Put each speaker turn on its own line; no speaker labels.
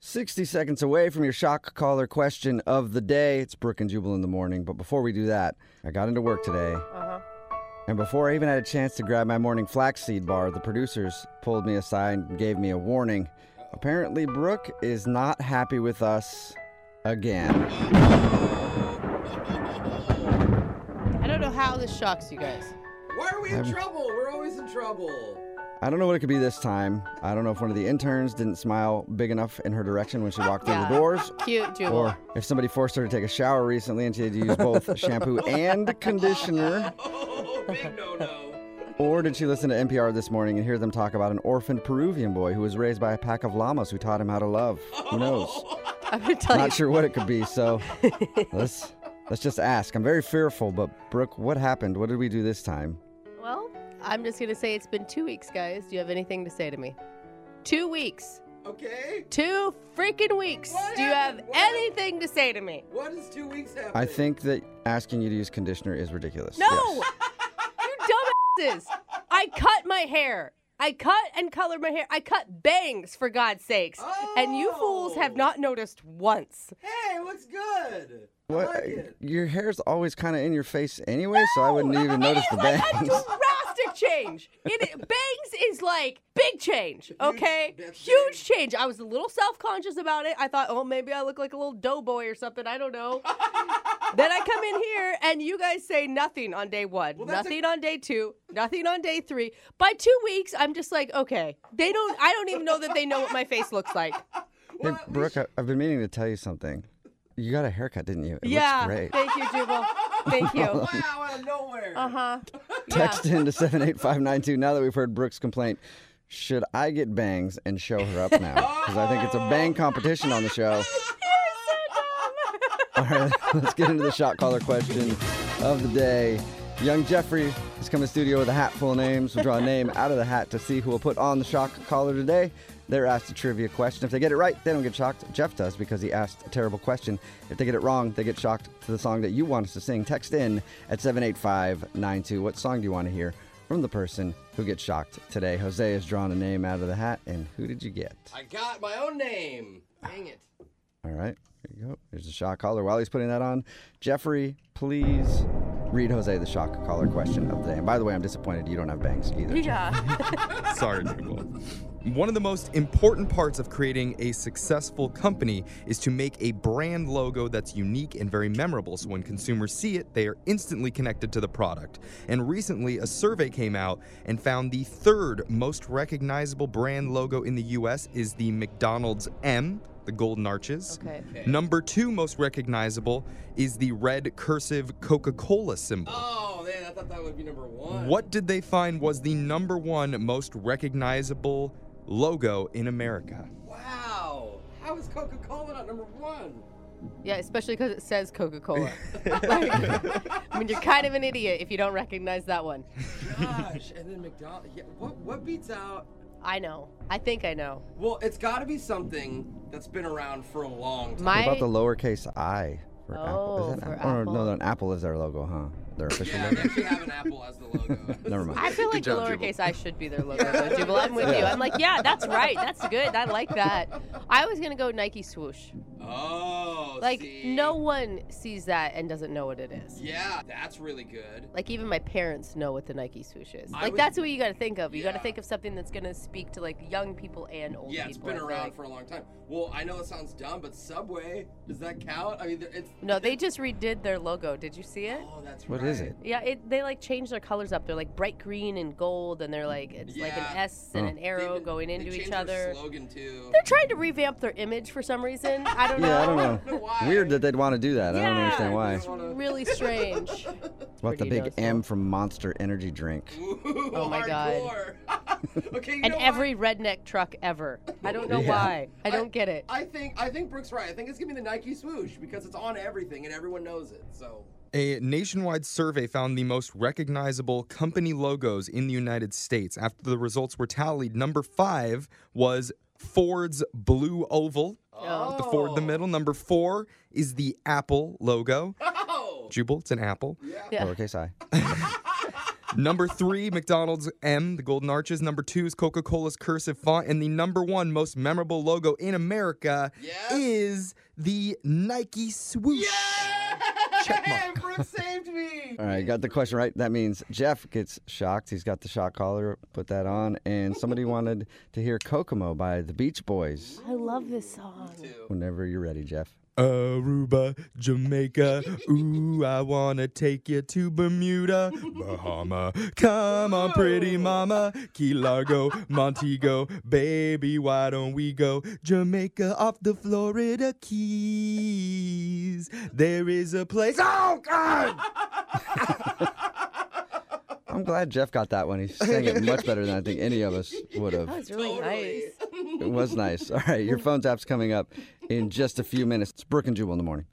60 seconds away from your shock collar question of the day. It's Brooke and Jubal in the morning. But before we do that, I got into work today. And before I even had a chance to grab my morning flaxseed bar, the producers pulled me aside and gave me a warning. Apparently, Brooke is not happy with us again.
I don't know how this shocks you guys.
Why are we in trouble? We're always in trouble.
I don't know what it could be this time. I don't know if one of the interns didn't smile big enough in her direction when she walked through
Yeah.
the doors,
Cute, Jubal.
or if somebody forced her to take a shower recently and she had to use both shampoo and conditioner.
Oh, big no no.
Or did she listen to NPR this morning and hear them talk about an orphaned Peruvian boy who was raised by a pack of llamas who taught him how to love? Who knows?
I'm gonna tell
Not sure what it could be, so let's let's just ask. I'm very fearful, but Brooke, what happened? What did we do this time?
you. Well, I'm just gonna say it's been two weeks, guys. Do you have anything to say to me? Two weeks.
Okay.
Two freaking weeks.
What
Do you have
happened? What happened?
anything to say to me?
What does two weeks happen?
I think that asking you to use conditioner is ridiculous.
No!
Yes.
You dumbasses! I cut my hair. I cut and colored my hair. I cut bangs, for God's sakes. And you fools have
Oh.
not noticed once.
Hey, what's good? I
What?
like it.
Your hair's always kind of in your face anyway, so I wouldn't even
It
notice
is
the
like
bangs.
a drastic change. It i- bangs is like big change, okay?
that's
Huge change. I was a little self-conscious about it. I thought, oh, maybe I look like a little doughboy or something. I don't know. then I come in here and you guys say nothing on day one,
Well, that's a-
nothing on day two, nothing on day three. By two weeks, I'm just like, okay, they don't. I don't even know that they know what my face looks like.
Hey,
Well, we
Brooke, I, I've been meaning to tell you something. You got a haircut, didn't you? It
yeah.
looks great.
Thank you, Jubal. Thank you.
Wow, out of nowhere.
Uh huh.
Text into 78592 now that we've heard Brooke's complaint. Should I get bangs and show her up now? Because I think it's a bang competition on the show. All right, let's get into the shot caller question of the day. Young Jeffrey has come to studio with a hat full of names. We'll draw a name out of the hat to see who will put on the shock collar today. They're asked a trivia question. If they get it right, they don't get shocked. Jeff does because he asked a terrible question. If they get it wrong, they get shocked to the song that you want us to sing. Text in at 78592. What song do you want to hear from the person who gets shocked today? Jose has drawn a name out of the hat, and who did you get?
I got my own name. Dang it.
All right, there you go. There's the shock collar. While he's putting that on, Jeffrey, please read Jose the shock collar question of the day. And by the way, I'm disappointed you don't have bangs either.
Yeah.
Sorry, Jubal. One of the most important parts of creating a successful company is to make a brand logo that's unique and very memorable. So when consumers see it, they are instantly connected to the product. And recently, a survey came out and found the third most recognizable brand logo in the US is the McDonald's M, the Golden Arches.
Okay.
Number two most recognizable is the red cursive Coca Cola symbol.
Oh man, I thought that would be number one.
What did they find was the number one most recognizable logo in America?
Wow. How is Coca-Cola not number one?
Yeah, especially because it says Coca Cola. I mean, you're kind of an idiot if you don't recognize that one.
Gosh, and then McDonald's. Yeah, what what beats out?
I know. I think I know.
Well, it's got to be something that's been around for a long time.
My
What about the lowercase i for Apple?
Oh,
an
for
apple? Or, no,
Apple.
an Apple is their logo, huh? Their official
Yeah,
logo.
they actually have an apple as the logo.
Never mind.
I feel like
job,
the
Jubal.
lowercase I should be their logo, though, Jubal. I'm with you. I'm like, yeah, that's right. That's good. I like that. I was gonna go Nike swoosh.
Oh,
Like,
see?
no one sees that and doesn't know what it is.
Yeah, that's really good.
Like even my parents know what the Nike swoosh is.
I
Like
would-
that's what you got to think of. You got
Yeah.
to think of something that's gonna speak to like young people and old
Yeah, it's
people.
been
I
around
think.
for a long time. Well, I know it sounds dumb, but Subway does that count? I mean, there- it's.
No, they just redid their logo. Did you see it?
Oh, that's
What
right.
is it?
Yeah, it, they like change their colors up. They're like bright green and gold, and they're like it's like an
Yeah.
S and
Oh.
an
They
arrow
even-
going
they
into each
changed their
other.
Slogan too.
They're trying to revamp their image for some reason. I don't know.
Yeah, I don't know.
know why.
Weird that they'd want to do that. I don't
Yeah.
understand why.
It's really strange.
It's about the
pretty
big
noticeable.
M from Monster Energy Drink.
Ooh,
Oh my God.
God. okay, you
and
know what?
every redneck truck ever. I don't know
Yeah.
why. I don't get it.
I think I think Brooke's right. I think it's gonna be the Nike swoosh because it's on everything and everyone knows it. So
A nationwide survey found the most recognizable company logos in the United States. After the results were tallied, number five was Ford's blue oval.
Oh.
The Ford in the middle. Number four is the Apple logo.
Oh.
Jubal, it's an apple.
Yeah.
Lowercase i.
Number three, McDonald's M, the Golden Arches. Number two is Coca Cola's cursive font. And the number one most memorable logo in America
Yes.
is the Nike swoosh.
Yeah! Brooke saved me.
All right, got the question right. That means Jeff gets shocked. He's got the shock collar. Put that on. And somebody wanted to hear Kokomo by the Beach Boys.
I love this song.
Whenever you're ready, Jeff.
Aruba, Jamaica. Ooh, I wanna take you to Bermuda, Bahama. Come on, pretty mama. Key Largo, Montego. Baby, why don't we go Jamaica off the Florida Keys? There is a place. Oh, God!
I'm glad Jeff got that one. He sang it much better than I think any of us would
That
have.
was really nice.
It was nice. All right, your phone tap's coming up in just a few minutes. It's Brooke and Jewel in the morning.